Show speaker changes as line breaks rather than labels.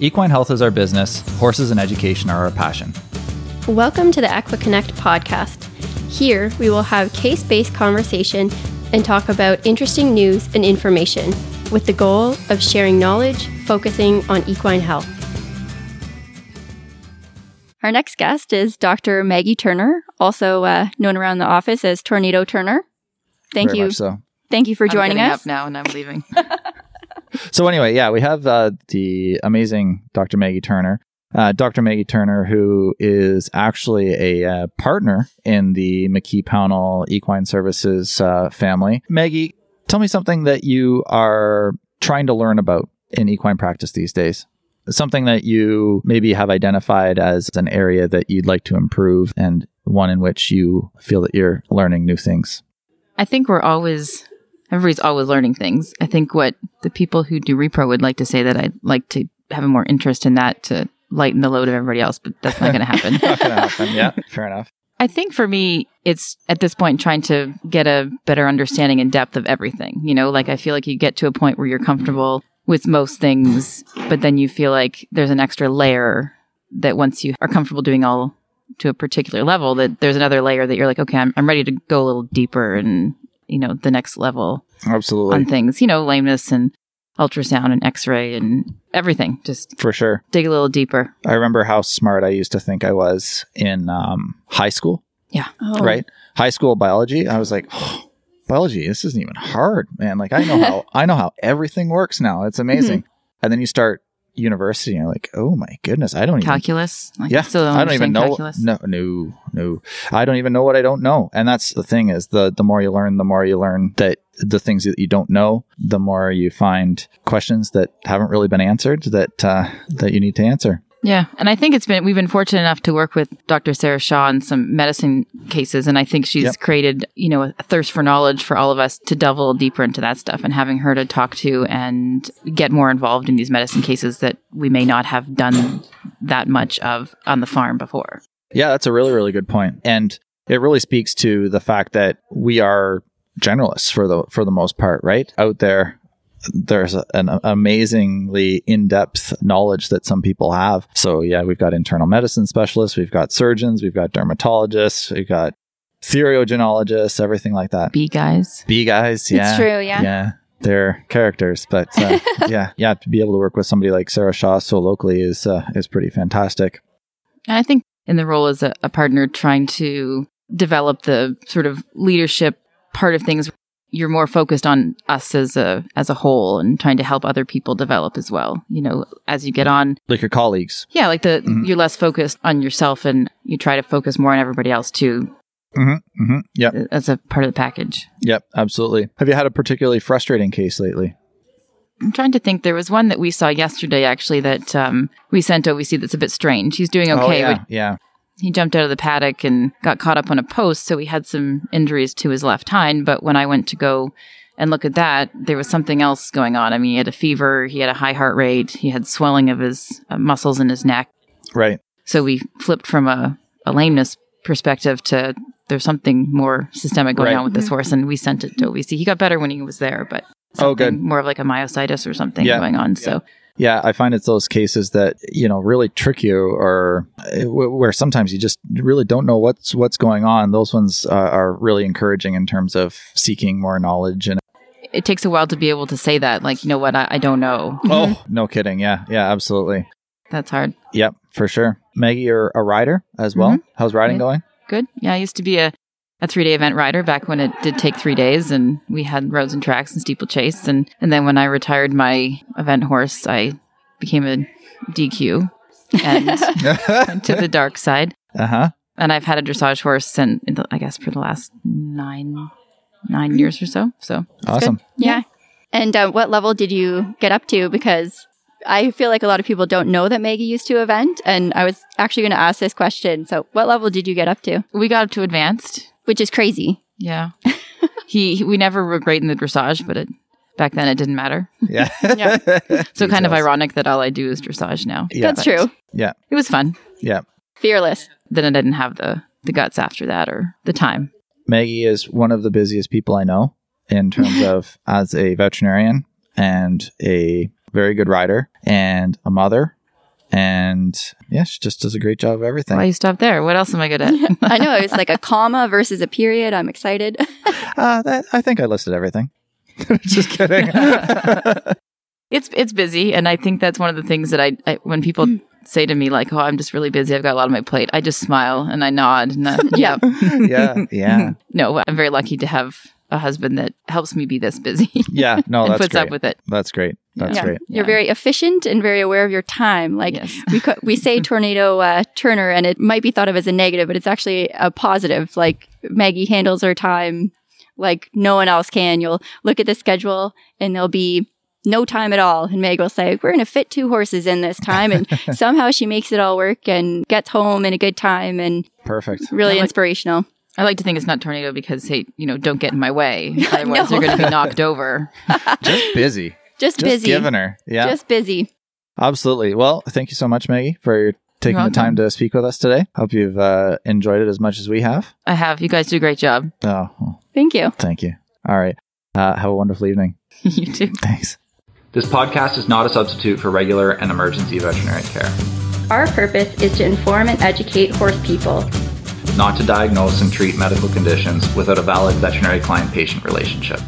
Equine health is our business, horses and education are our passion.
Welcome to the AquaConnect podcast. Here, we will have case based conversation and talk about interesting news and information with the goal of sharing knowledge focusing on equine health. Our next guest is Dr. Maggie Turner, also uh, known around the office as Tornado Turner. Thank
Very
you.
much so.
Thank you for joining
I'm getting
us.
up now, and I'm leaving.
So anyway, yeah, we have uh, the amazing Dr. Maggie Turner. Uh, Dr. Maggie Turner, who is actually a uh, partner in the McKee Pownell Equine Services uh, family. Maggie, tell me something that you are trying to learn about in equine practice these days. Something that you maybe have identified as an area that you'd like to improve and one in which you feel that you're learning new things.
I think we're always, everybody's always learning things. I think what the people who do repro would like to say that I'd like to have a more interest in that to lighten the load of everybody else, but that's not going to happen.
Not gonna happen. Yeah, fair enough.
I think for me, it's at this point trying to get a better understanding and depth of everything. You know, like I feel like you get to a point where you're comfortable with most things, but then you feel like there's an extra layer that once you are comfortable doing all to a particular level, that there's another layer that you're like, okay, I'm, I'm ready to go a little deeper and, you know, the next level
Absolutely.
on things, you know, lameness and ultrasound and x ray and everything. Just
for sure.
dig a little deeper.
I remember how smart I used to think I was in um, high school,
Oh.
right? High school biology. I was like, "Oh, biology, this isn't even hard, man. Like I know how I know how everything works now. It's amazing. And then you start university and you're like, oh my goodness, I don't even
Calculus. Like,
yeah,
still don't
I don't even
understand
know.
calculus.
No, no, no. I don't even know what I don't know. And that's the thing is the the more you learn, the more you learn that the things that you don't know, the more you find questions that haven't really been answered that uh, that you need to answer.
Yeah, and I think it's been we've been fortunate enough to work with Dr. Sarah Shaw on some medicine cases, and I think she's
Yep.
created you know a thirst for knowledge for all of us to delve a little deeper into that stuff, and having her to talk to and get more involved in these medicine cases that we may not have done that much of on the farm before.
Yeah, that's a really, really good point. And it really speaks to the fact that we are generalists for the for the most part, right? Out there there's a, an amazingly in-depth knowledge that some people have. So yeah, we've got internal medicine specialists, we've got surgeons, we've got dermatologists, we've got theriogenologists, everything like that.
B guys,
B guys, yeah.
It's true, yeah.
Yeah. They're characters, but uh, yeah, yeah, to be able to work with somebody like Sarah Shaw so locally is uh, is pretty fantastic.
and I think in the role as a, a partner, trying to develop the sort of leadership part of things. You're more focused on us as a as a whole and trying to help other people develop as well. You know, as you get on,
Like your colleagues.
yeah, like the
Mhm.
you're less focused on yourself and you try to focus more on everybody else too uh,
Mm-hmm, mm-hmm. Yep.
as a part of the package.
Yep, absolutely. Have you had a particularly frustrating case lately?
I'm trying to think. There was one that we saw yesterday actually that um, we sent OVC that's a bit strange. He's doing okay.
oh, yeah,
but
yeah.
he jumped out of the paddock and got caught up on a post, so he had some injuries to his left hind. But when I went to go and look at that, there was something else going on. I mean, he had a fever, he had a high heart rate, he had swelling of his uh, muscles in his neck.
right.
So we flipped from a, a lameness perspective to there's something more systemic going
Right.
on with this horse, and we sent it to OVC. He got better when he was there, but
Oh, good.
something more of like a myositis or something
Yeah.
going on. So
Yeah, I find it's those cases that you know really trick you, or uh, wh- where sometimes you just really don't know what's what's going on. Those ones uh, are really encouraging in terms of seeking more knowledge. And
it takes a while to be able to say that, like, you know what, I, I don't know.
oh, no kidding. Yeah, yeah, absolutely.
That's hard.
Yep, for sure. Maggie, you're a rider as well.
Mm-hmm.
How's riding
Yeah.
going?
good. Yeah, I used to be a, a three day event rider back when it did take three days, and we had roads and tracks and steeplechase. And, and then when I retired my event horse, I became a DQ and
uh
to the dark side.
huh.
And I've had a dressage horse, since in the, I guess for the last nine
Mm-hmm.
nine years or so. So it's good.
Awesome.
Yeah. And uh, what level did you get up to? Because I feel like a lot of people don't know that Maggie used to event. And I was actually going to ask this question. So, what level did you get up to?
We got up to advanced.
Which is crazy.
Yeah, he, he we never were great in the dressage, but it, back then it didn't matter.
Yeah.
Yeah.
So kind
Details.
of ironic that all I do is dressage now.
Yeah.
That's
But
true.
It was fun.
Yeah.
Fearless.
then I didn't have the the guts after that or the time.
Maggie is one of the busiest people I know in terms of as a veterinarian and a very good rider and a mother And yeah, she just does a great job of everything.
Why you stop there? What else am I good at?
I know it's like a comma versus a period. I'm excited.
Uh, that, I think I listed everything. just kidding.
it's it's busy, and I think that's one of the things that I, I when people say to me like, "Oh, I'm just really busy. I've got a lot on my plate." I just smile and I nod. And I, yeah,
yeah, yeah,
no, I'm very lucky to have a husband that helps me be this busy
yeah. No, Oh,
and
that's
puts
great.
up with it.
that's great. That's
Yeah.
great.
You're very efficient and very aware of your time. Like
yes.
we co- we say tornado uh, Turner, and it might be thought of as a negative, but it's actually a positive. Like Maggie handles her time like no one else can. You'll look at the schedule, and there'll be no time at all, and Meg will say, "We're going to fit two horses in this time," and somehow she makes it all work and gets home in a good time, and
Perfect.
really
Yeah, like-
inspirational.
I like to think it's not tornado because hey, you know, don't get in my way. Otherwise, you're going to be knocked over.
Just busy.
Just,
Just
busy,
giving her. Yeah.
just busy.
Absolutely. Well, thank you so much, Maggie, for taking the
welcome.
time to speak with us today. Hope you've uh, enjoyed it as much as we have.
I have. You guys do a great job.
Oh, well,
Thank you.
thank you. All right. Uh, have a wonderful evening.
you too.
Thanks.
This podcast is not a substitute for regular and emergency veterinary care,
Our purpose is to inform and educate horse people.
not to diagnose and treat medical conditions without a valid veterinary client patient relationship.